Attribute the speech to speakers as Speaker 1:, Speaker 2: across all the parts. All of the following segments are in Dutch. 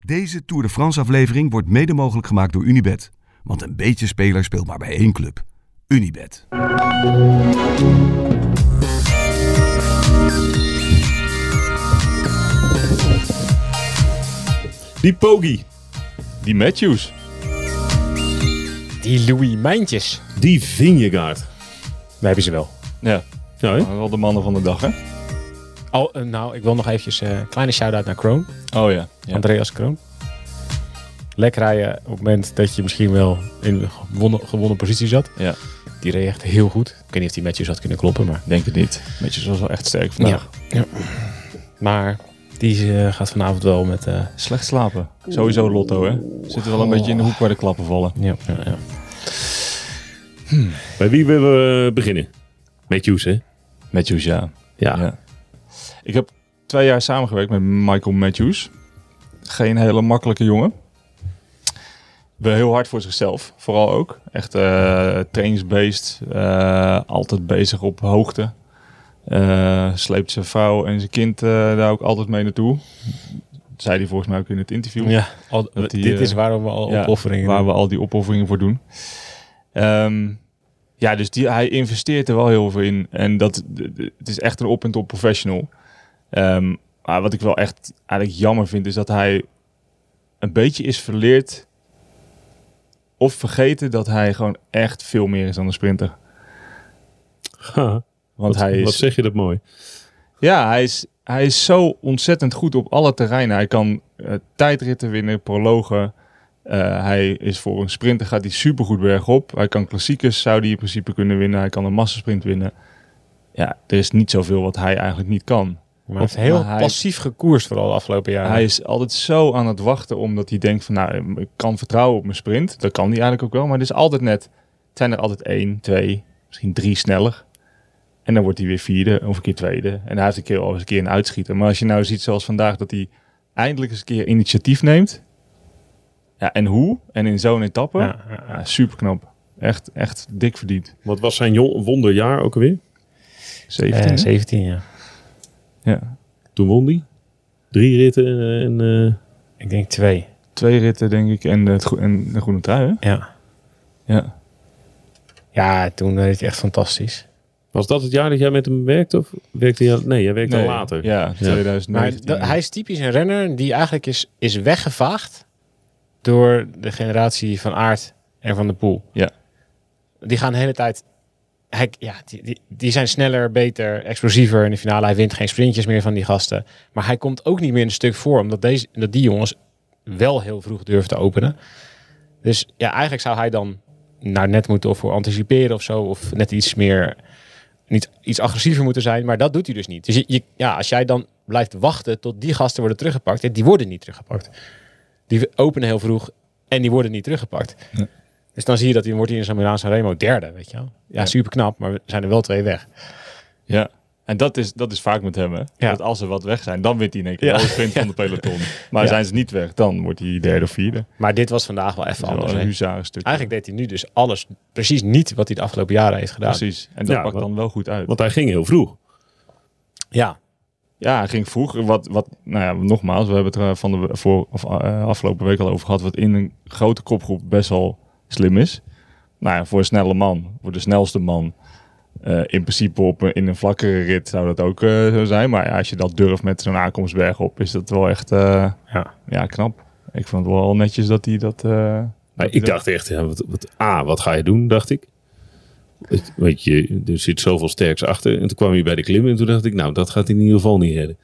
Speaker 1: Deze Tour de France-aflevering wordt mede mogelijk gemaakt door Unibed. Want een beetje speler speelt maar bij één club. Unibed.
Speaker 2: Die Pogi. Die Matthews.
Speaker 3: Die Louis Mijntjes.
Speaker 2: Die Vingegaard.
Speaker 3: We hebben ze wel.
Speaker 2: Ja,
Speaker 4: Ja, hè?
Speaker 2: maar wel de mannen van de dag, hè?
Speaker 3: Oh, eh, nou, ik wil nog eventjes eh, een kleine shout-out naar Kroon.
Speaker 2: Oh ja. ja.
Speaker 3: Andreas Kroon. Lekker rijden op het moment dat je misschien wel in een gewonnen, gewonnen positie zat.
Speaker 2: Ja.
Speaker 3: Die reed echt heel goed. Ik weet niet of die matches had kunnen kloppen, maar...
Speaker 2: Denk het niet. Matthews was wel echt sterk vandaag.
Speaker 3: Ja. Maar die eh, gaat vanavond wel met... eh,
Speaker 2: Slecht slapen. Sowieso Lotto, hè? Zitten wel een beetje in de hoek waar de klappen vallen.
Speaker 3: ja, ja, ja.
Speaker 4: Bij wie willen we eh, beginnen? Matthews, hè?
Speaker 2: Matthews, ja.
Speaker 4: Ja.
Speaker 2: Ja. Ik heb twee jaar samengewerkt met Michael Matthews. Geen hele makkelijke jongen. Wel heel hard voor zichzelf, vooral ook. Echt eh trainingsbeest, eh, altijd bezig op hoogte. Eh, sleept zijn vrouw en zijn kind eh, daar ook altijd mee naartoe. Dat zei hij volgens mij ook in het interview.
Speaker 3: ja. Al-
Speaker 2: Dat die,
Speaker 3: dit
Speaker 2: eh,
Speaker 3: is waarom we al
Speaker 2: ja,
Speaker 3: opofferingen
Speaker 2: Waar
Speaker 3: doen.
Speaker 2: we al die opofferingen voor doen. Ehm, ja, dus die, hij investeert er wel heel veel in. En dat, d- d- het is echt een op en top professional. Ehm, maar wat ik wel echt eigenlijk jammer vind, is dat hij een beetje is verleerd of vergeten dat hij gewoon echt veel meer is dan een sprinter.
Speaker 4: Ha,
Speaker 2: Want
Speaker 4: wat,
Speaker 2: hij is
Speaker 4: wat zeg je dat mooi.
Speaker 2: ja, hij is, hij is zo ontzettend goed op alle terreinen. Hij kan eh, tijdritten winnen, prologen. Eh, hij is voor een sprinter, gaat hij supergoed bergop. Hij kan klassiekers, zou hij in principe kunnen winnen. Hij kan een massasprint winnen. Ja, er is niet zoveel wat hij eigenlijk niet kan.
Speaker 3: Maar hij heeft heel
Speaker 2: Maar hij-
Speaker 3: passief gekoerst vooral de afgelopen jaren.
Speaker 2: Hij is altijd zo aan het wachten, omdat hij denkt van... nou, ik kan vertrouwen op mijn sprint. Dat kan hij eigenlijk ook wel. Maar het is altijd net... Het zijn er altijd één, twee, misschien drie sneller. En dan wordt hij weer vierde of een keer tweede. En hij heeft een keer al eens een keer een uitschieter. Maar als je nou ziet zoals vandaag dat hij eindelijk eens een keer initiatief neemt. Ja, en hoe? En in zo'n etappe? Ja.
Speaker 3: Ja, ja, ja.
Speaker 2: super knap. Echt, echt dik verdiend.
Speaker 4: Wat was zijn jo- wonderjaar ook alweer?
Speaker 2: 17.
Speaker 3: Eh,
Speaker 2: hè?
Speaker 3: 17, ja.
Speaker 2: ja.
Speaker 4: Toen won hij. Drie ritten eh, en... eh,
Speaker 3: Ik denk twee.
Speaker 2: Twee ritten, denk ik. En de, het groe- en de groene trui, hè?
Speaker 3: Ja.
Speaker 2: Ja.
Speaker 3: Ja, toen deed hij echt fantastisch.
Speaker 4: was dat het jaar dat jij met hem werkte? Of werkte jij... Nee, jij werkte al later.
Speaker 2: Ja, 2019.
Speaker 3: Maar dat- hij is typisch een renner die eigenlijk is, is weggevaagd door de generatie van Aard en van de Poel.
Speaker 2: Ja.
Speaker 3: Die gaan de hele tijd. Hij, ja, die, die, die zijn sneller, beter, explosiever in de finale. Hij wint geen sprintjes meer van die gasten. Maar hij komt ook niet meer een stuk voor, omdat deze, dat die jongens wel heel vroeg durven te openen. Dus ja, eigenlijk zou hij dan naar net moeten of voor anticiperen of zo. Of net iets meer niet iets agressiever moeten zijn, maar dat doet hij dus niet. Dus je, je- ja, als jij dan blijft wachten tot die gasten worden teruggepakt, ja, die worden niet teruggepakt. Die openen heel vroeg en die worden niet teruggepakt.
Speaker 2: Ja.
Speaker 3: Dus dan zie je dat hij wordt hier in San Milan Remo derde, weet je wel. Ja,
Speaker 2: Ja.
Speaker 3: super knap, maar er zijn er wel twee weg.
Speaker 2: Ja. En dat is, dat is vaak met hem, hè?
Speaker 3: Ja.
Speaker 2: Dat als er wat weg zijn, dan wint hij in één keer
Speaker 3: Ja.
Speaker 2: de hoofdprint van de peloton. Maar
Speaker 3: Ja.
Speaker 2: zijn ze niet weg, dan wordt hij derde of vierde.
Speaker 3: Maar dit was vandaag wel
Speaker 2: Dat
Speaker 3: even
Speaker 2: is wel
Speaker 3: anders.
Speaker 2: een
Speaker 3: hè.
Speaker 2: huzarenstuk.
Speaker 3: Eigenlijk deed hij nu dus alles precies niet wat hij de afgelopen jaren heeft gedaan.
Speaker 2: Precies. En dat
Speaker 4: Ja,
Speaker 2: pakt
Speaker 4: wat-
Speaker 2: dan wel goed uit.
Speaker 4: Want hij ging heel vroeg.
Speaker 3: Ja,
Speaker 2: Ja, hij ging vroeger wat, wat, nou ja, nogmaals, we hebben het er van de voor, of, eh, afgelopen week al over gehad, wat in een grote kopgroep best wel slim is. Nou ja, voor een snelle man, voor de snelste man. eh, in principe op, een- in een vlakkere rit zou dat ook eh, zo zijn. Maar ja, als je dat durft met zo'n aankomstberg op, is dat wel echt eh,
Speaker 3: Ja.
Speaker 2: ja. knap. Ik vond het wel netjes dat hij dat... eh,
Speaker 4: Maar ik dacht echt, ja, wat, wat, A, wat ga je doen, dacht ik. Het- Weet je, er zit zoveel sterks achter. En toen kwam hij bij de klim en toen dacht ik, nou, dat gaat hij in ieder geval niet redden.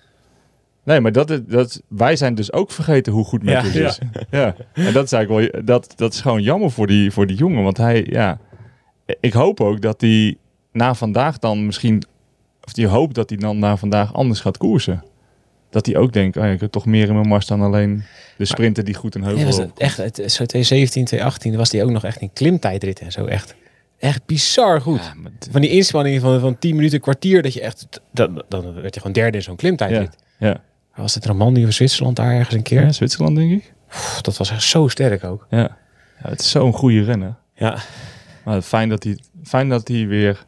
Speaker 2: Nee, maar dat, is- dat, wij zijn dus ook vergeten hoe goed Matthews
Speaker 3: Ja.
Speaker 2: is. Ja. En dat is eigenlijk wel, dat, dat is gewoon jammer voor die, voor die jongen. Want hij, ja, ik hoop ook dat hij na vandaag dan misschien, of die hoopt dat hij dan na vandaag anders gaat koersen. Dat hij ook denkt, oh ja, ik heb toch meer in mijn mars dan alleen de sprinter die goed een
Speaker 3: Ja,
Speaker 2: heuvel
Speaker 3: was
Speaker 2: loopt.
Speaker 3: het echt, het, zo 2017, 2018 was die ook nog echt in klimtijdrit en zo. Echt, echt bizar goed. van die inspanningen van, van 10 minuten, kwartier, dat je echt, dan, dan werd je gewoon derde in zo'n
Speaker 2: Ja,
Speaker 3: klimtijdrit.
Speaker 2: ja.
Speaker 3: Was het Romandie of Zwitserland daar ergens een keer?
Speaker 2: ja, Zwitserland denk ik.
Speaker 3: Pff, dat was echt zo sterk ook.
Speaker 2: Ja. ja het is zo'n goede renner.
Speaker 3: Ja,
Speaker 2: Maar fijn dat, hij, fijn dat hij weer,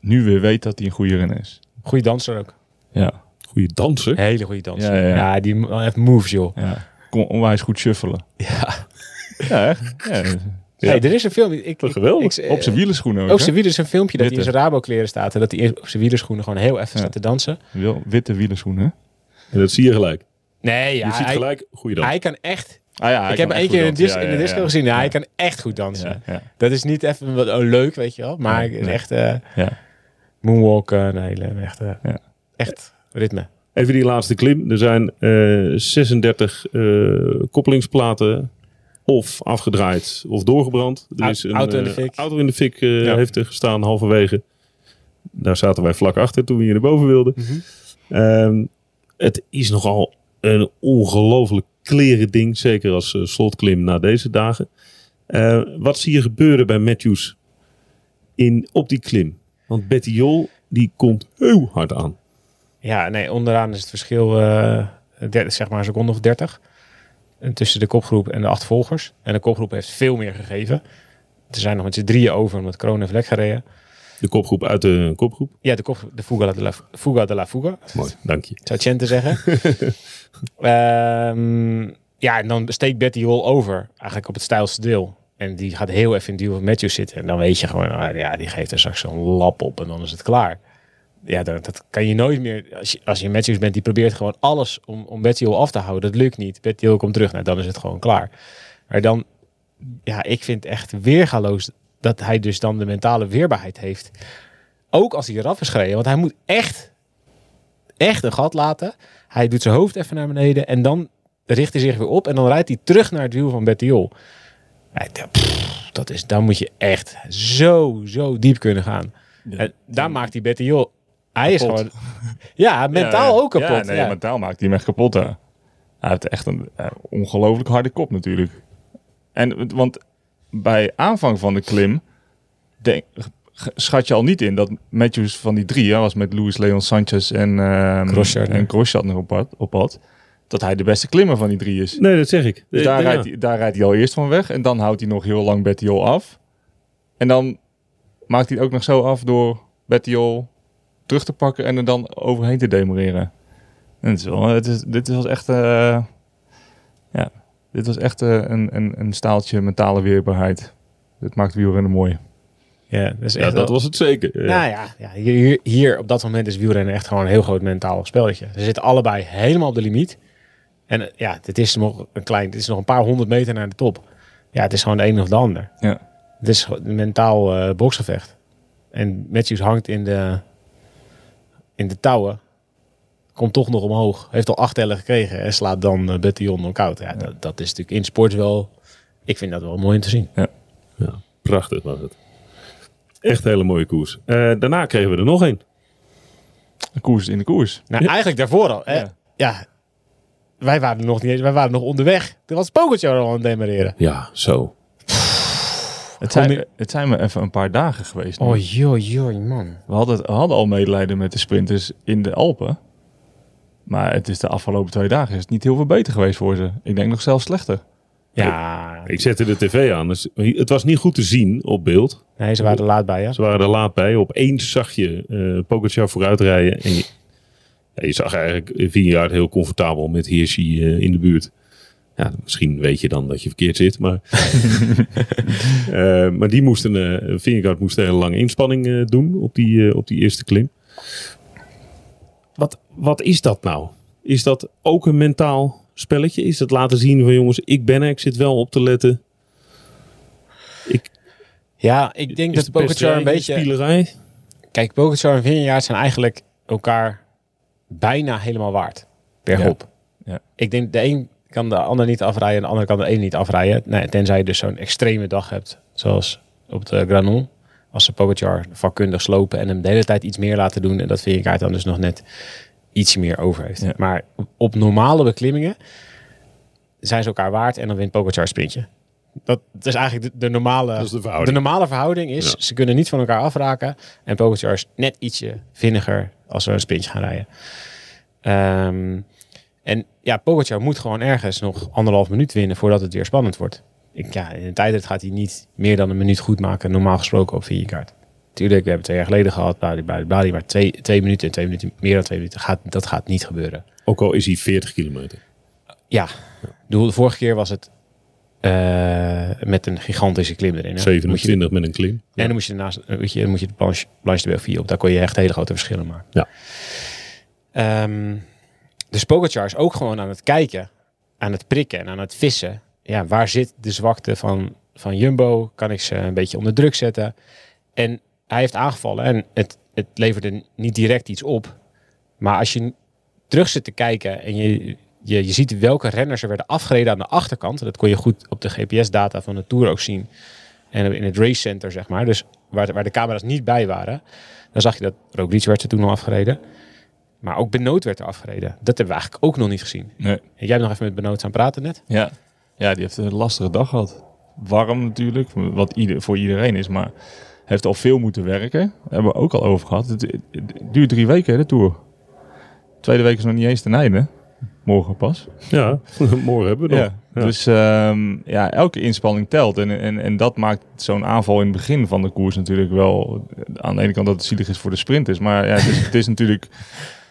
Speaker 2: nu weer weet dat hij een goede renner is.
Speaker 3: goede danser ook.
Speaker 2: Ja.
Speaker 4: Goeie danser.
Speaker 3: Hele goede danser.
Speaker 2: Ja,
Speaker 3: Ja,
Speaker 2: ja, ja.
Speaker 3: die heeft moves joh.
Speaker 2: Ja. kon onwijs goed shuffelen.
Speaker 3: Ja.
Speaker 2: Ja, echt. Ja, Oh,
Speaker 3: Hey, er is een film. Ik, ik, eh,
Speaker 4: Geweldig.
Speaker 3: ik-
Speaker 2: op zijn wielerschoenen ook.
Speaker 3: Ook
Speaker 2: hè?
Speaker 3: zijn wielers een filmpje dat hij in
Speaker 2: Witte.
Speaker 3: zijn Rabo-kleren staat. En dat hij op zijn wielerschoenen gewoon heel even
Speaker 2: Ja.
Speaker 3: staat te dansen.
Speaker 2: Wel, witte wielerschoenen. hè?
Speaker 4: En dat zie je gelijk.
Speaker 3: Nee, ja,
Speaker 4: je ziet
Speaker 3: hij,
Speaker 4: gelijk, goeiedag.
Speaker 3: hij kan echt...
Speaker 2: Ah, ja, hij
Speaker 3: ik
Speaker 2: kan
Speaker 3: heb hem één
Speaker 2: echt
Speaker 3: keer in de,
Speaker 2: goed
Speaker 3: dis-
Speaker 2: dansen. Ja,
Speaker 3: in de
Speaker 2: ja,
Speaker 3: disco
Speaker 2: ja.
Speaker 3: gezien. Ja,
Speaker 2: Ja.
Speaker 3: hij kan echt goed dansen.
Speaker 2: Ja, ja,
Speaker 3: Dat is niet even wat, oh, leuk, weet je wel. Maar
Speaker 2: Nee,
Speaker 3: het is
Speaker 2: nee.
Speaker 3: echt eh
Speaker 2: ja.
Speaker 3: moonwalken. Een hele echte,
Speaker 2: Ja.
Speaker 3: echt ritme.
Speaker 4: Even die laatste klim. Er zijn eh, 36 eh, koppelingsplaten of afgedraaid of doorgebrand. Er
Speaker 3: Au-
Speaker 4: is een
Speaker 3: auto in de
Speaker 4: eh,
Speaker 3: fik.
Speaker 4: auto in de fik eh,
Speaker 2: Ja.
Speaker 4: heeft er gestaan halverwege. Daar zaten wij vlak achter toen we hier naar boven wilden. Ehm, het is nogal een ongelooflijk kleren ding. Zeker als eh, slotklim na deze dagen. Eh, wat zie je gebeuren bij Matthews in, op die klim? Want Betty Jol die komt heel hard aan.
Speaker 3: Ja, nee, onderaan is het verschil eh, der- zeg maar een seconde of dertig. Tussen de kopgroep en de acht volgers. En de kopgroep heeft veel meer gegeven. Er zijn nog met z'n drieën over omdat Kroon heeft lek gereden.
Speaker 4: De kopgroep uit de kopgroep.
Speaker 3: Ja, de, kop, de Fuga, de la, Fuga de la Fuga,
Speaker 4: Mooi, dank je.
Speaker 3: zou Chen te zeggen. Ehm, ja, en dan steekt Betty Hol over. Eigenlijk op het stijlste deel. En die gaat heel even in het duel van Matthews zitten. En dan weet je gewoon, ah, ja, die geeft er straks zo'n lap op en dan is het klaar. Ja, dat, dat kan je nooit meer. Als je, als je Matthews bent, die probeert gewoon alles om, om Betty Hill af te houden. Dat lukt niet. Betty Hill komt terug. Nou, dan is het gewoon klaar. Maar dan, ja, ik vind echt weergaloos dat hij dus dan de mentale weerbaarheid heeft. Ook als hij eraf is gereden. Want hij moet echt echt een gat laten. Hij doet zijn hoofd even naar beneden en dan richt hij zich weer op en dan rijdt hij terug naar het wiel van Bettiol. Ja, dat- pff, dat is, dan moet je echt zo, zo diep kunnen gaan. En daar maakt die Bettiol. Hij is
Speaker 2: Kapot.
Speaker 3: gewoon. Ja, mentaal
Speaker 2: Ja, ja.
Speaker 3: ook kapot.
Speaker 2: Ja, nee,
Speaker 3: ja.
Speaker 2: mentaal maakt hij hem echt kapot. Hè. Hij heeft echt een eh, ongelooflijk harde kop natuurlijk. En, want bij aanvang van de klim denk, g- schat je al niet in dat Matthews van die drie, hij was met Luis Leon Sanchez en, ehm
Speaker 3: Grosjean, ja.
Speaker 2: en Grosjean nog op pad, op pad, dat hij de beste klimmer van die drie is.
Speaker 4: Nee, dat zeg ik.
Speaker 2: Dus
Speaker 4: Eh,
Speaker 2: daar,
Speaker 4: ja.
Speaker 2: rijdt hij, daar rijdt hij al eerst van weg. En dan houdt hij nog heel lang Bettiol af. En dan maakt hij het ook nog zo af door Bettiol terug te pakken en er dan overheen te demoreren. En het is wel, het is, dit was echt, eh, ja, dit was echt eh, een, een, een staaltje mentale weerbaarheid. Dit maakt wielrennen mooi.
Speaker 3: Ja, dat is
Speaker 4: Ja,
Speaker 3: echt
Speaker 4: dat
Speaker 3: wel-
Speaker 4: was het zeker. Eh,
Speaker 3: Nou ja, ja hier, hier- hier op dat moment is wielrennen echt gewoon een heel groot mentaal spelletje. Ze zitten allebei helemaal op de limiet. En eh, ja, dit is nog een klein, dit is nog een paar honderd meter naar de top. Ja, het is gewoon de een of de ander.
Speaker 2: Ja.
Speaker 3: Het is gewoon een mentaal eh boksgevecht. En Matthews hangt in de, in de touwen. Komt toch nog omhoog. Heeft al acht tellen gekregen en slaat dan eh, Bettyon knock-out. Ja, Dat, dat is natuurlijk in sport wel... Ik vind dat wel mooi om te zien.
Speaker 4: ja, prachtig was het. Echt een hele mooie koers. Eh, daarna kregen we er nog een.
Speaker 2: Een koers in de koers.
Speaker 3: Nou, eigenlijk daarvoor al. Hè? Ja.
Speaker 2: Ja.
Speaker 3: wij waren nog niet eens, wij waren nog onderweg. Toen was Pogacar al aan het demareren.
Speaker 4: Ja, zo.
Speaker 2: Het zijn,
Speaker 3: Gewoon-
Speaker 2: het zijn me even een paar dagen geweest. nu.
Speaker 3: Oh, joh, joh, man.
Speaker 2: We hadden, we hadden al medelijden met de sprinters in de Alpen. Maar het is de afgelopen twee dagen is het niet heel veel beter geweest voor ze. Ik denk nog zelfs slechter.
Speaker 3: Ja,
Speaker 4: Ik zette de tv aan. Dus het was niet goed te zien op beeld.
Speaker 3: nee, ze waren er laat bij, ja.
Speaker 4: Ze waren er laat bij. Opeens zag je eh Pogacar vooruitrijden. En je, ja, je zag eigenlijk Vinjaard heel comfortabel met Hirschi eh, in de buurt. Ja, misschien weet je dan dat je verkeerd zit. Maar, Eh, maar die moesten, eh Vingegaard moest een hele lange inspanning eh, doen op die, eh, op die eerste klim. Wat, wat is dat nou? Is dat ook een mentaal spelletje? Is dat laten zien van jongens, ik ben er, ik zit wel op te letten. Ik,
Speaker 3: Ja, ik denk dat
Speaker 4: is de pesterij
Speaker 3: Pogacar een beetje...
Speaker 4: Spielerij?
Speaker 3: Kijk, Pogacar en Vingegaard zijn eigenlijk elkaar bijna helemaal waard. Bergop.
Speaker 2: Ja. Ja.
Speaker 3: Ik denk de een kan de ander niet afrijden en de ander kan de een niet afrijden. Nee, tenzij je dus zo'n extreme dag hebt, zoals op de Granon. Als ze Pogacar vakkundig slopen en hem de hele tijd iets meer laten doen. En dat Vingegaard dan dus nog net iets meer over heeft.
Speaker 2: Ja.
Speaker 3: Maar op, op normale beklimmingen zijn ze elkaar waard en dan wint Pogacar een sprintje. Dat, dat is eigenlijk de, de normale
Speaker 4: Dat is de verhouding.
Speaker 3: de normale verhouding is,
Speaker 4: Ja.
Speaker 3: ze kunnen niet van elkaar afraken. En Pogacar is net ietsje vinniger als we een sprintje gaan rijden. Ehm, en ja, Pogacar moet gewoon ergens nog anderhalf minuut winnen voordat het weer spannend wordt. Ik, ja, in een tijdrit gaat hij niet meer dan een minuut goed maken, normaal gesproken op Vingegaard. Tuurlijk, we hebben het twee jaar geleden gehad, bladibladibladie, maar twee, twee minuten en twee minuten, meer dan twee minuten, gaat, dat gaat niet gebeuren.
Speaker 4: Ook al is hij 40 kilometer.
Speaker 3: Ja, bedoel, de vorige keer was het eh, met een gigantische klim erin. hè. Moet je-
Speaker 4: 27 met een klim.
Speaker 3: En dan moet je daarnaast, eh, weet je, dan moet je de Blanche, Blanche de Belfie op. Daar kon je echt hele grote verschillen maken.
Speaker 4: Ja.
Speaker 3: Ehm, dus Pogacar is ook gewoon aan het kijken, aan het prikken en aan het vissen. Ja, waar zit de zwakte van, van Jumbo? Kan ik ze een beetje onder druk zetten? En hij heeft aangevallen en het, het leverde niet direct iets op. Maar als je terug zit te kijken en je, je, je ziet welke renners er werden afgereden aan de achterkant. Dat kon je goed op de GPS-data van de Tour ook zien. En in het racecenter, zeg maar. Dus waar de, waar de camera's niet bij waren. Dan zag je dat Roglic werd er toen al afgereden. Maar ook Benoot werd er afgereden. Dat hebben we eigenlijk ook nog niet gezien.
Speaker 2: Nee.
Speaker 3: En jij hebt nog even met Benoot aan het praten net.
Speaker 2: Ja. ja, die heeft een lastige dag gehad. Warm natuurlijk, wat ieder, voor iedereen is, maar heeft al veel moeten werken. Hebben we ook al over gehad. Het, het duurt drie weken, hè, de Tour. Tweede week is nog niet eens ten einde. Morgen pas.
Speaker 4: Ja, morgen hebben we nog.
Speaker 2: Ja. Dus ehm, ja, elke inspanning telt. En, en, en dat maakt zo'n aanval in het begin van de koers natuurlijk wel... Aan de ene kant dat het zielig is voor de sprinters. Maar ja, het, is, het is natuurlijk...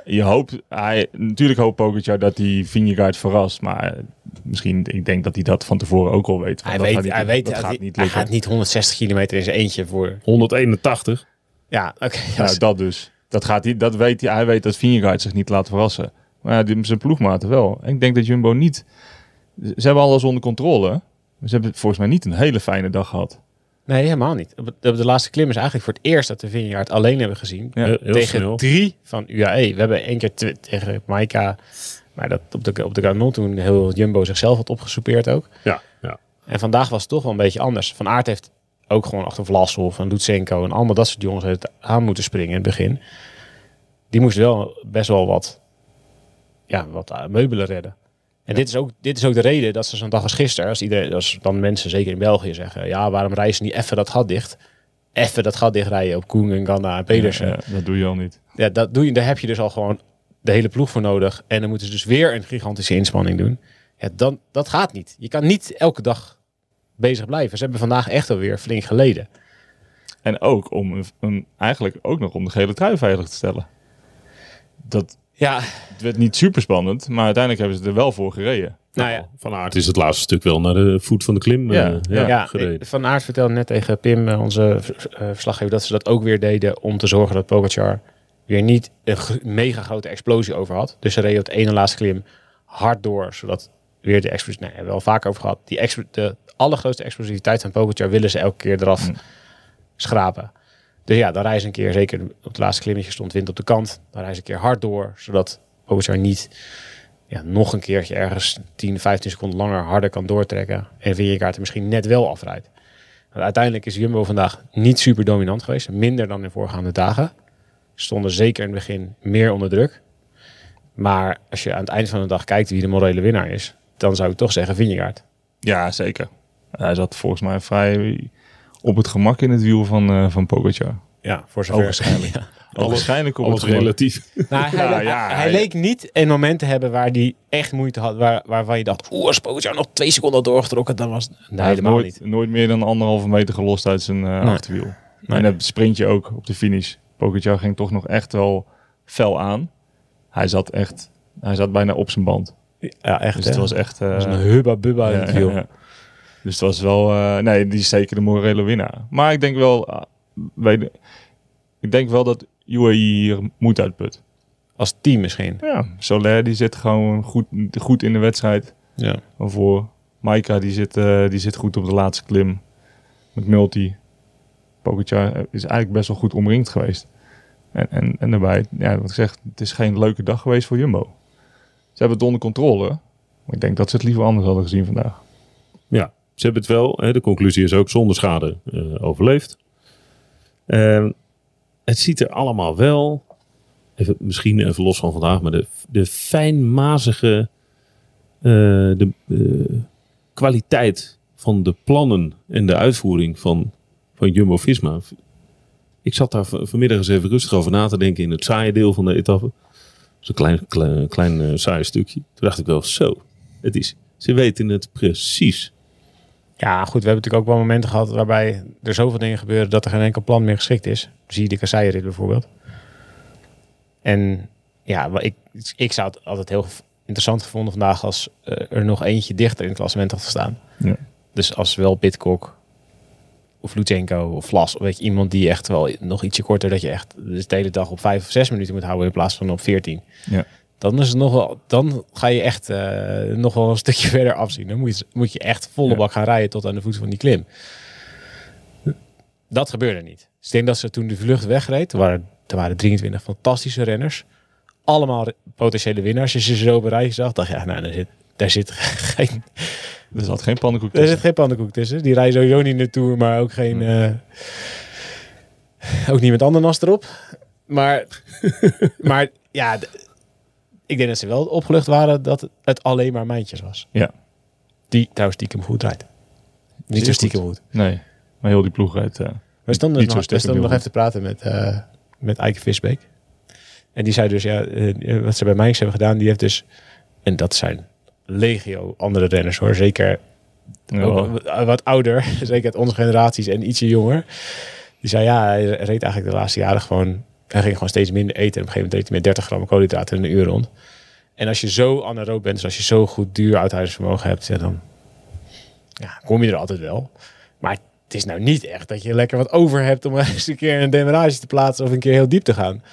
Speaker 2: Je hoopt... Hij, natuurlijk hoopt Pogacar dat hij Vingegaard verrast. Maar misschien... Ik denk dat hij dat van tevoren ook al weet. want
Speaker 3: Hij
Speaker 2: dat
Speaker 3: weet,
Speaker 2: gaat niet-
Speaker 3: hij weet
Speaker 2: dat
Speaker 3: dat
Speaker 2: gaat
Speaker 3: hij-
Speaker 2: niet
Speaker 3: hij
Speaker 2: lukken.
Speaker 3: gaat niet 160 kilometer in zijn eentje voor. Nou,
Speaker 4: 181.
Speaker 3: Ja, oké.
Speaker 2: Ja, dat dus. Dat, gaat hij, dat weet hij. Hij weet dat Vingegaard zich niet laat verrassen. Maar ja, die- zijn ploegmaten wel. En ik denk dat Jumbo niet... Ze hebben alles onder controle. Maar ze hebben volgens mij niet een hele fijne dag gehad.
Speaker 3: Nee, helemaal niet. Op de, op de laatste klim is eigenlijk voor het eerst dat we Vingegaard alleen hebben gezien.
Speaker 2: Ja,
Speaker 4: Heel heel
Speaker 3: tegen
Speaker 4: snel.
Speaker 3: drie van UAE. We hebben één keer tw- tegen Maika. Maar dat op de, op de Grand Mont toen heel Jumbo zichzelf had opgesoupeerd ook.
Speaker 4: Ja, ja.
Speaker 3: En vandaag was het toch wel een beetje anders. Van Aert heeft ook gewoon achter Vlasov en Lutsenko en allemaal dat soort jongens heeft aan moeten springen in het begin. Die moest wel best wel wat, ja, wat eh, meubelen redden. En dit, is ook, dit is ook de reden dat ze zo'n dag als gisteren, als, iedereen, als dan mensen zeker in België zeggen, ja, waarom rijden ze niet even dat gat dicht? Even dat gat dicht rijden op Koen en Ganna en Pedersen. Ja,
Speaker 2: Ja, ja, dat doe je al niet.
Speaker 3: dat doe je, daar heb je dus al gewoon de hele ploeg voor nodig. En dan moeten ze dus weer een gigantische inspanning doen. Ja, dan, dat gaat niet. Je kan niet elke dag bezig blijven. Ze hebben vandaag echt alweer flink geleden.
Speaker 2: En ook om een, een- eigenlijk ook nog om de gele trui veilig te stellen. Dat
Speaker 3: Ja,
Speaker 2: het werd niet super spannend, maar uiteindelijk hebben ze er wel voor gereden.
Speaker 3: nou ja.
Speaker 4: Van Aert is het laatste stuk wel naar de voet van de klim ja,
Speaker 2: Ja,
Speaker 4: ja,
Speaker 3: Ja,
Speaker 4: gereden.
Speaker 3: Van Aert vertelde net tegen Pim, eh, onze v- eh, verslaggever, dat ze dat ook weer deden om te zorgen dat Pogacar weer niet een gr- mega grote explosie over had. Dus ze reden op de ene laatste klim hard door, zodat weer de explosie... Nee, hebben we al vaak over gehad. Die exp- de allergrootste explosiviteit van Pogacar willen ze elke keer eraf schrapen. Dus ja, dan rijden ze een keer, zeker op het laatste klimmetje stond wind op de kant, dan rijden ze een keer hard door, zodat Pogacar niet ja, nog een keertje ergens 10, 15 seconden langer harder kan doortrekken. En Vingegaard er misschien net wel afrijdt. Want uiteindelijk is Jumbo vandaag niet super dominant geweest. Minder dan in voorgaande dagen. Stonden zeker in het begin meer onder druk. Maar als je aan het eind van de dag kijkt wie de morele winnaar is, dan zou ik toch zeggen Vingegaard.
Speaker 2: Ja, zeker. Hij zat volgens mij vrij op het gemak in het wiel van, eh van Pogacar.
Speaker 3: Ja, voor
Speaker 2: zover-
Speaker 3: Oh, Ja.
Speaker 2: Alles, waarschijnlijk op
Speaker 4: Alles
Speaker 2: het gemak.
Speaker 4: relatief.
Speaker 3: Nou, hij,
Speaker 2: Ja,
Speaker 3: le-
Speaker 2: ja,
Speaker 3: hij,
Speaker 2: hij-
Speaker 3: leek niet een moment te hebben waar hij echt moeite had. Waar, waarvan je dacht, oeh, als Pogacar nog twee seconden had doorgetrokken, dan was het... Nee,
Speaker 2: Hij heeft
Speaker 3: helemaal
Speaker 2: nooit,
Speaker 3: niet.
Speaker 2: nooit meer dan anderhalve meter gelost uit zijn eh,
Speaker 3: Nee.
Speaker 2: achterwiel. En dat sprintje ook op de finish. Pogacar ging toch nog echt wel fel aan. Hij zat echt, hij zat bijna op zijn band.
Speaker 3: Ja, echt.
Speaker 2: Dus het was echt... eh,
Speaker 3: Dat was een hubba bubba in
Speaker 2: Ja,
Speaker 3: het wiel.
Speaker 2: ja, ja. Dus het was wel... eh, nee, die is zeker de morele winnaar. Maar ik denk wel... ah, weet- ik denk wel dat UAE hier moet uitput.
Speaker 3: Als team misschien.
Speaker 2: Ja, Soler die zit gewoon goed, goed in de wedstrijd.
Speaker 3: Ja.
Speaker 2: Voor Maika die zit, eh, die zit goed op de laatste klim. Met Multi. Pogacar eh, is eigenlijk best wel goed omringd geweest. En, en, en daarbij, ja, wat ik zeg, het is geen leuke dag geweest voor Jumbo. Ze hebben het onder controle. Maar ik denk dat ze het liever anders hadden gezien vandaag.
Speaker 4: Ja, ze hebben het wel. Hè, de conclusie is ook zonder schade eh, overleefd. Ehm, het ziet er allemaal wel. Even, misschien even los van vandaag, maar de, de fijnmazige eh, de, eh, kwaliteit van de plannen en de uitvoering van, van Jumbo Visma. Ik zat daar van- vanmiddag eens even rustig over na te denken in het saaie deel van de etappe. Zo'n klein, klein, klein eh, saai stukje. Toen dacht ik wel, zo, het is. Ze weten het precies.
Speaker 3: Ja, goed, we hebben natuurlijk ook wel momenten gehad waarbij er zoveel dingen gebeuren dat er geen enkel plan meer geschikt is. Zie je de kasseienrit bijvoorbeeld. En ja, wa- ik, ik zou het altijd heel interessant gevonden vandaag als eh, er nog eentje dichter in het klassement had gestaan.
Speaker 2: Ja.
Speaker 3: Dus als wel Pitcock of Lutsenko of Vlas, weet je, iemand die echt wel nog ietsje korter, dat je echt dus de hele dag op vijf of zes minuten moet houden in plaats van op veertien.
Speaker 2: Ja.
Speaker 3: Dan, is het nog wel, dan ga je echt eh, nog wel een stukje verder afzien. Dan moet je, moet je echt volle
Speaker 2: Ja.
Speaker 3: bak gaan rijden tot aan de voet van die klim. Dat gebeurde niet. Dus ik denk dat ze toen de vlucht wegreed, er waren, er waren 23 fantastische renners. Allemaal re- potentiële winnaars. Als je ze zo op een rijtje zag, dacht je, ja, nou, daar zit, daar zit geen,
Speaker 2: Er zat geen pannenkoek
Speaker 3: er zit
Speaker 2: tussen.
Speaker 3: geen pannenkoek tussen. Die rijden sowieso niet in de Tour, maar ook geen...
Speaker 2: Hmm.
Speaker 3: eh, ook niet met ananas erop. Maar, maar ja, d- ik denk dat ze wel opgelucht waren dat het alleen maar Mijntjes was.
Speaker 2: Ja.
Speaker 3: Die trouwens stiekem goed rijdt. Niet zo
Speaker 2: goed.
Speaker 3: stiekem goed.
Speaker 2: Nee, maar heel die ploeg uit. eh,
Speaker 3: We stonden,
Speaker 2: Niet
Speaker 3: nog,
Speaker 2: zo stiekem
Speaker 3: we stonden nog
Speaker 2: heel
Speaker 3: even te praten met, eh, met Eike Visbeek. En die zei dus, ja, eh, wat ze bij Mijns hebben gedaan, die heeft dus... En dat zijn legio andere renners hoor, zeker
Speaker 2: ja,
Speaker 3: ook
Speaker 2: wel.
Speaker 3: wat, wat ouder, zeker uit onze generaties en ietsje jonger. Die zei ja, hij reed eigenlijk de laatste jaren gewoon, hij ging gewoon steeds minder eten. En op een gegeven moment reed hij met 30 gram koolhydraten in een uur rond. En als je zo anaeroop bent, dus als je zo goed duur uithoudingsvermogen hebt, ja, dan ja, kom je er altijd wel. Maar het is nou niet echt dat je lekker wat over hebt om eens een keer een demarage te plaatsen of een keer heel diep te gaan.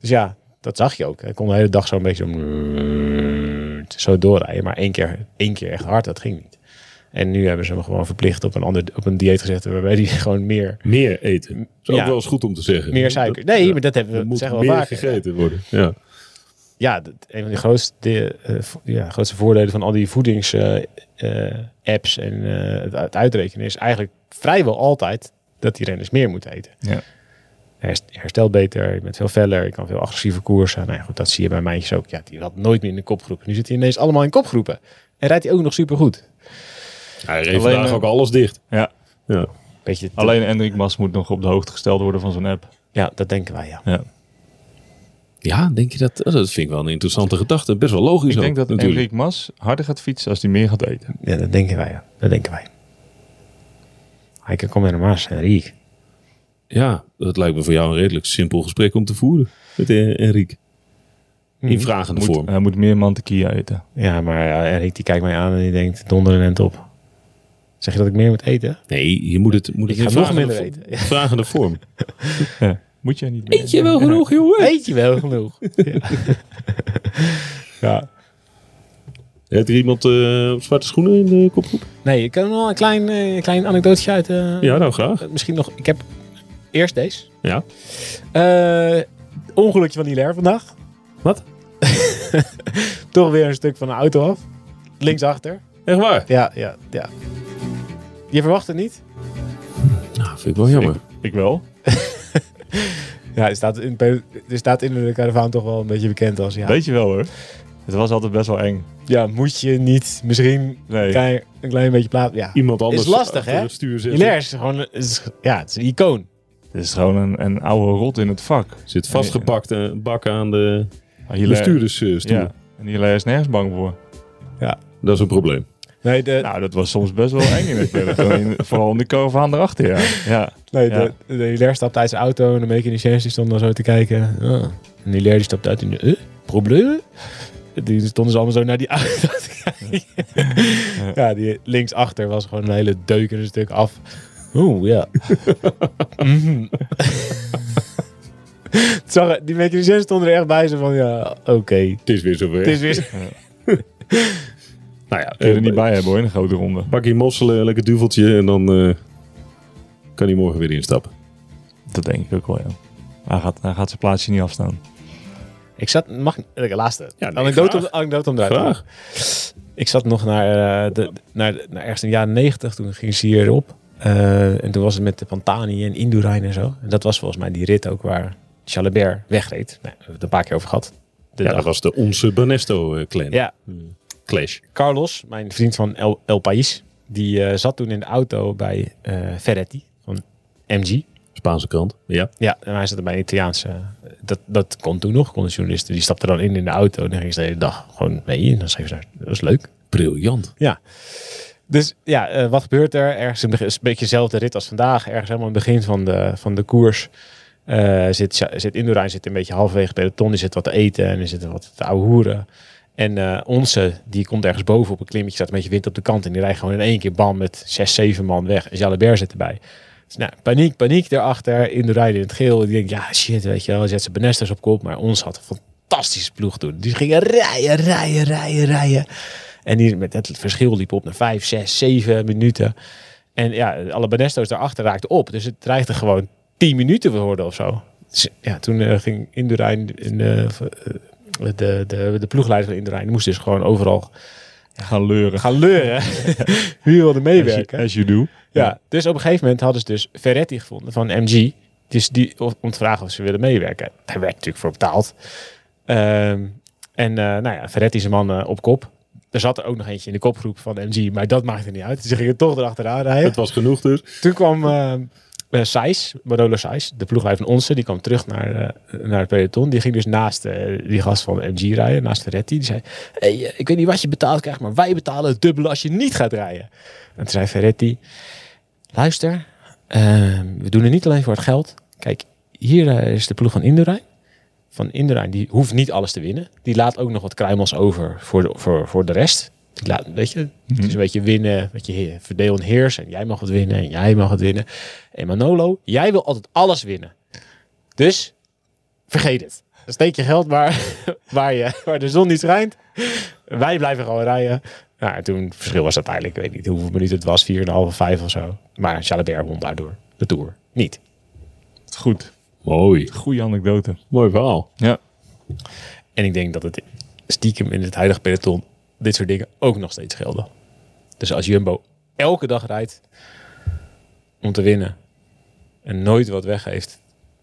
Speaker 3: Dus ja, dat zag je ook. Hij kon de hele dag zo'n beetje zo- zo doorrijden. Maar één keer, één keer echt hard, dat ging niet. En nu hebben ze hem gewoon verplicht op een, ander, op een dieet gezet waarbij hij gewoon meer,
Speaker 4: Meer eten. Is ook
Speaker 3: Ja.
Speaker 4: wel eens goed om te zeggen.
Speaker 3: meer suiker... Nee,
Speaker 4: ja.
Speaker 3: maar dat hebben we,
Speaker 4: Er
Speaker 3: dat
Speaker 4: moet
Speaker 3: zeggen we
Speaker 4: meer
Speaker 3: wel vaker.
Speaker 4: gegeten worden. Ja.
Speaker 3: Ja, dat, een van de grootste, eh, vo- ja, grootste voordelen van al die voedingsapps apps en eh, het, het uitrekenen is eigenlijk vrijwel altijd dat die renners meer moeten eten.
Speaker 2: Ja.
Speaker 3: Herst- Herstelt beter, je bent veel feller, je kan veel agressiever koersen. Nou ja, goed, dat zie je bij mijntjes ook. Ja, die had nooit meer in de kopgroepen. Nu zit hij ineens allemaal in kopgroepen. En rijdt hij ook nog supergoed.
Speaker 4: Hij reed
Speaker 2: Alleen,
Speaker 4: vandaag
Speaker 2: eh,
Speaker 4: ook alles dicht.
Speaker 2: ja.
Speaker 4: Ja.
Speaker 3: Beetje te-
Speaker 2: Alleen Enrik Mas moet nog op de hoogte gesteld worden van zo'n app.
Speaker 3: Ja, dat denken wij, ja.
Speaker 2: Ja.
Speaker 4: ja, denk je dat? Dat vind ik wel een interessante gedachte. Best wel logisch
Speaker 2: Ik
Speaker 4: ook,
Speaker 2: denk dat
Speaker 4: natuurlijk.
Speaker 2: Enrik Mas harder gaat fietsen als hij meer gaat eten.
Speaker 3: Ja, dat denken wij, ja. Dat denken wij. Hij kan komen naar Maas en Riek.
Speaker 4: Ja, dat lijkt me voor jou een redelijk simpel gesprek om te voeren met eh, Enrique.
Speaker 3: Hmm.
Speaker 4: In vragende
Speaker 2: Moet,
Speaker 4: vorm.
Speaker 2: hij moet meer mantequilla eten.
Speaker 3: Ja, maar ja, Riek die kijkt mij aan en die denkt, donder en end op. Zeg je dat ik meer moet eten?
Speaker 4: Nee, je moet het, moet het
Speaker 3: Ik
Speaker 4: in
Speaker 3: ga nog
Speaker 4: vragende
Speaker 3: minder
Speaker 4: vo- vragende vorm.
Speaker 2: Ja. Moet jij niet meer?
Speaker 4: wel genoeg, jongen?
Speaker 3: Eet je wel genoeg. ja. ja.
Speaker 4: Heeft er iemand eh, op zwarte schoenen in de kopgroep?
Speaker 3: Nee, ik kan nog wel een klein, eh, een klein anekdootje uit... eh,
Speaker 4: Ja, nou graag.
Speaker 3: Eh, misschien nog. Ik heb eerst deze.
Speaker 4: Ja.
Speaker 3: Eh, ongelukje van Hilaire vandaag.
Speaker 4: Wat?
Speaker 3: Toch weer een stuk van de auto af. Linksachter.
Speaker 4: Echt waar?
Speaker 3: Ja, ja, ja. Je verwacht het niet?
Speaker 4: Nou, vind ik wel jammer.
Speaker 2: Ik wel.
Speaker 3: Ja, er staat in, er staat in de caravaan toch wel een beetje bekend als... Ja,
Speaker 2: Weet je wel hoor. Het was altijd best wel eng.
Speaker 3: ja moet je niet misschien
Speaker 2: Nee.
Speaker 3: kan je een klein beetje plaat... Ja.
Speaker 4: Iemand anders
Speaker 3: lastig,
Speaker 4: achter
Speaker 3: hè?
Speaker 4: het stuur zetten.
Speaker 3: Hilaire is gewoon... een- is- ja, het is een icoon.
Speaker 2: Het is gewoon een, een oude rot in het vak.
Speaker 4: Zit vastgepakt, eh, een bak aan de bestuurdersstuur.
Speaker 2: Ja. En Hilaire is nergens bang voor.
Speaker 4: Dat is een probleem.
Speaker 3: Nee, de,
Speaker 2: Nou, dat was soms best wel eng in het peloton. In- Vooral in de caravaan erachter, ja. ja.
Speaker 3: Nee,
Speaker 2: Ja.
Speaker 3: de, de Hilaire stapt uit zijn auto en de mechanicien die stonden dan zo te kijken. Ah. En Hilaire die stapt uit en die, eh, problemen? Die stonden ze allemaal zo naar die auto te kijken. Ja, die linksachter was gewoon een hele deuk en een stuk af. Oeh, ja. Mhm. Het zag, die mechanicien stonden er echt bij ze van, ja, oké.
Speaker 4: Het is weer zover.
Speaker 3: Het is weer...
Speaker 4: Nou ja,
Speaker 2: Kun je er
Speaker 4: eh,
Speaker 2: niet bij hebben hoor, in een grote ronde.
Speaker 4: Bakkie mosselen, lekker duveltje en dan eh, kan hij morgen weer instappen.
Speaker 2: Dat denk ik ook wel, ja. Hij gaat, hij gaat zijn plaatsje niet afstaan.
Speaker 3: Ik zat, mag ik, laatste.
Speaker 4: Ja, nee,
Speaker 3: anekdote,
Speaker 4: graag.
Speaker 3: om, anekdote om eruit te
Speaker 4: Graag.
Speaker 3: halen. Ik zat nog naar, eh, de, naar, naar ergens in de jaren negentig, toen ging ze hierop. Eh en toen was het met de Pantani en Indurain en zo. En dat was volgens mij die rit ook waar Chalabert wegreed. Nou, we hebben het een paar keer over gehad. De
Speaker 4: Ja,
Speaker 3: dag.
Speaker 4: dat was de Onze Banesto eh, clan.
Speaker 3: ja,
Speaker 4: Clash.
Speaker 3: Carlos, mijn vriend van El, El País, die eh, zat toen in de auto bij eh Ferretti van MG.
Speaker 4: Spaanse krant. Ja.
Speaker 3: Ja, en hij zat bij een Italiaanse. Dat, dat kon toen nog, kon de journalisten. Die stapte dan in in de auto en dan ging ze de hele dag gewoon mee. En dan schreef ze, daar, dat is leuk.
Speaker 4: Briljant.
Speaker 3: Ja. Dus ja, eh, wat gebeurt er? Ergens een, be- een beetje dezelfde rit als vandaag. Ergens helemaal in het begin van de, van de koers eh, zit, Sja- zit Indurain zit een beetje halverwege het peloton. Die zit wat te eten en er zitten wat te ouwe hoeren. En eh, onze, die komt ergens boven op een klimmetje, staat een beetje wind op de kant. En die rijdt gewoon in één keer bam met zes, zeven man weg. En Jalabert zit erbij. Dus nou, paniek, paniek daarachter. In de rijden in het geel. Die denkt, ja shit, weet je wel. Zet ze Benesters op kop. Maar ons had een fantastische ploeg toen. Die gingen rijden, rijden, rijden, rijden. En die, met het verschil liep op naar vijf, zes, zeven minuten. En ja, alle Benesto's daarachter raakten op. Dus het dreigde gewoon tien minuten te worden of zo. Dus ja, toen eh, ging Indurain, in, eh, v- eh, de, de, de ploegleider van Indurain, die moest dus gewoon overal
Speaker 2: Gaan leuren.
Speaker 3: gaan leuren. Wie wilde
Speaker 2: As you,
Speaker 3: meewerken.
Speaker 2: as you do.
Speaker 3: Ja, dus op een gegeven moment hadden ze dus Ferretti gevonden van MG. Dus die om om te vragen of ze willen meewerken. Daar werd natuurlijk voor betaald. Ehm, en eh, nou ja, Ferretti is een man eh, op kop. Er zat er ook nog eentje in de kopgroep van MG, maar dat maakte niet uit. Ze gingen toch erachteraan rijden.
Speaker 4: Het was genoeg dus.
Speaker 3: Toen kwam eh eh, Sijs, Manolo Sijs, de ploegleider van onze, die kwam terug naar, eh, naar het peloton. Die ging dus naast eh, die gast van MG rijden, naast Ferretti. Die zei, hey, eh, ik weet niet wat je betaald krijgt, maar wij betalen het dubbele als je niet gaat rijden. En toen zei Ferretti, luister, eh, we doen het niet alleen voor het geld. Kijk, hier eh, is de ploeg van Indurain. Van Indurain, die hoeft niet alles te winnen. Die laat ook nog wat kruimels over voor de, voor, voor de rest. Die laat, weet je, het is een beetje winnen, weet je, he- verdeel en heers. En jij mag het winnen en jij mag het winnen. En Manolo, jij wil altijd alles winnen. Dus vergeet het. Steek je geld maar waar, je, waar de zon niet schijnt. Wij blijven gewoon rijden. Nou, en toen het verschil was uiteindelijk, ik weet niet hoeveel minuten het was, 4,5 of 5 of zo. Maar Jalabert won daardoor de Tour. Niet.
Speaker 2: Goed.
Speaker 4: Mooi.
Speaker 2: Goeie anekdote.
Speaker 4: Mooi verhaal.
Speaker 2: Ja.
Speaker 3: En ik denk dat het stiekem in het huidige peloton dit soort dingen ook nog steeds gelden. Dus als Jumbo elke dag rijdt om te winnen en nooit wat weggeeft,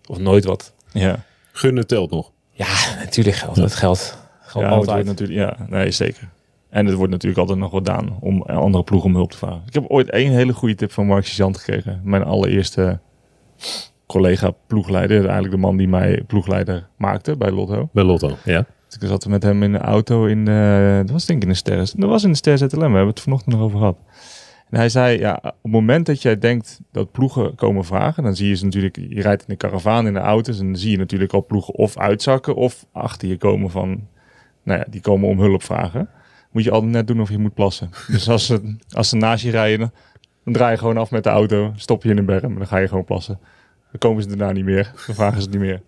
Speaker 3: of nooit wat.
Speaker 2: Ja.
Speaker 4: Gunnen telt nog.
Speaker 3: Ja, natuurlijk geldt dat geld. Geldt
Speaker 2: ja, het wordt
Speaker 3: altijd.
Speaker 2: natuurlijk, ja, nee, zeker. En het wordt natuurlijk altijd nog gedaan om eh, andere ploegen om hulp te vragen. Ik heb ooit één hele goede tip van Mark Sisant gekregen. Mijn allereerste collega ploegleider. Eigenlijk de man die mij ploegleider maakte bij Lotto.
Speaker 4: Bij Lotto. Ja.
Speaker 2: Dus ik zat met hem in de auto in de, dat was denk ik in de Sterren, dat was in de Ster ZLM, we hebben het vanochtend nog over gehad. En hij zei, ja, op het moment dat jij denkt dat ploegen komen vragen, dan zie je ze natuurlijk, je rijdt in de karavaan in de auto's en dan zie je natuurlijk al ploegen of uitzakken of achter je komen van, nou ja, die komen om hulp vragen. Moet je altijd net doen of je moet plassen. Dus als ze, als ze naast je rijden, dan- dan draai je gewoon af met de auto, stop je in een berm en dan ga je gewoon plassen. Dan komen ze daarna niet meer, dan vragen ze het niet meer.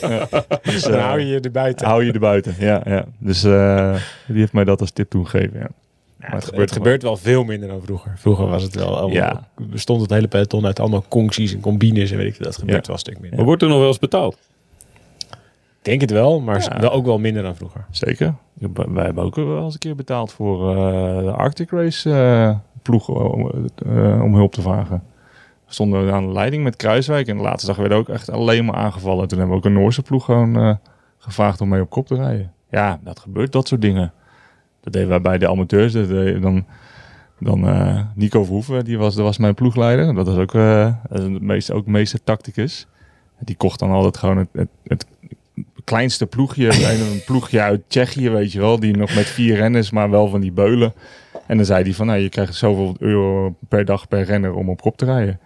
Speaker 2: Ja. Dus,
Speaker 3: Dan
Speaker 2: eh,
Speaker 3: hou je je erbij. te-
Speaker 2: Hou je er buiten, ja. ja. Dus eh, die heeft mij dat als tip toen gegeven, ja.
Speaker 3: Ja,
Speaker 2: maar
Speaker 3: het,
Speaker 2: het
Speaker 3: gebeurt,
Speaker 2: gebeurt
Speaker 3: het gebeurt wel veel minder dan vroeger. Vroeger was het wel allemaal,
Speaker 2: Ja.
Speaker 3: bestond het hele peloton uit allemaal concties en combines en weet ik veel. Dat gebeurt
Speaker 2: Ja.
Speaker 3: wel een stuk minder.
Speaker 4: Maar wordt er nog wel eens betaald?
Speaker 3: Ik denk het wel, maar
Speaker 2: Ja.
Speaker 3: wel ook wel minder dan vroeger.
Speaker 2: Zeker. Ik heb- Wij hebben ook wel eens een keer betaald voor eh, de Arctic Race eh, ploeg om, eh, om hulp te vragen. We stonden aan de leiding met Kruiswijk en de laatste dag werden we ook echt alleen maar aangevallen. En toen hebben we ook een Noorse ploeg gewoon eh, gevraagd om mee op kop te rijden. Ja, dat gebeurt, dat soort dingen. Dat deden wij bij de amateurs. Dat deden dan dan eh, Nico Verhoeven, die was, dat was mijn ploegleider. Dat was ook, eh dat is een meest, ook meester tacticus. Die kocht dan altijd gewoon het, het, het kleinste ploegje. Een een ploegje uit Tsjechië, weet je wel. Die nog met vier renners, maar wel van die beulen. En dan zei hij van, nou, je krijgt zoveel euro per dag per renner om op kop te rijden.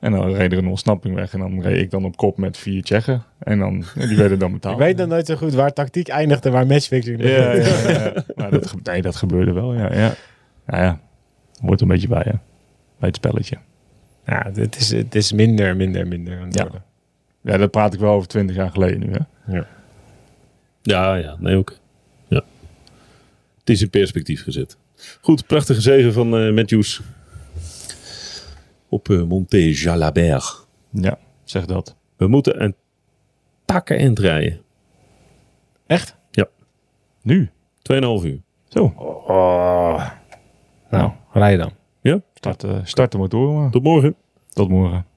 Speaker 2: En dan reed er een ontsnapping weg. En dan reed ik dan op kop met vier Tsjechen. En dan, ja, die werden dan betaald.
Speaker 3: Ik weet dan nooit zo goed waar tactiek eindigt en waar matchfixing
Speaker 2: Ja,
Speaker 3: begint.
Speaker 2: ja, ja, ja. Maar dat, ge- nee, dat gebeurde wel, ja. ja. Nou ja, hoort een beetje bij, hè. bij het spelletje.
Speaker 3: Ja, het is, het is minder, minder, minder aan het
Speaker 2: Ja.
Speaker 3: worden.
Speaker 2: Ja, dat praat ik wel over twintig jaar geleden nu, hè.
Speaker 4: Ja, ja. Nee, ook. Ja. Het is in perspectief gezet. Goed, prachtige zegen van eh Matthews. Op eh Monte Jalabert.
Speaker 2: Ja, zeg dat.
Speaker 4: We moeten een takken end rijden.
Speaker 3: Echt?
Speaker 2: Nu?
Speaker 4: 2,5 uur.
Speaker 2: Zo.
Speaker 3: Nou, rij je dan.
Speaker 4: Ja,
Speaker 2: Start, eh, start de motor maar.
Speaker 4: tot morgen.
Speaker 2: Tot morgen.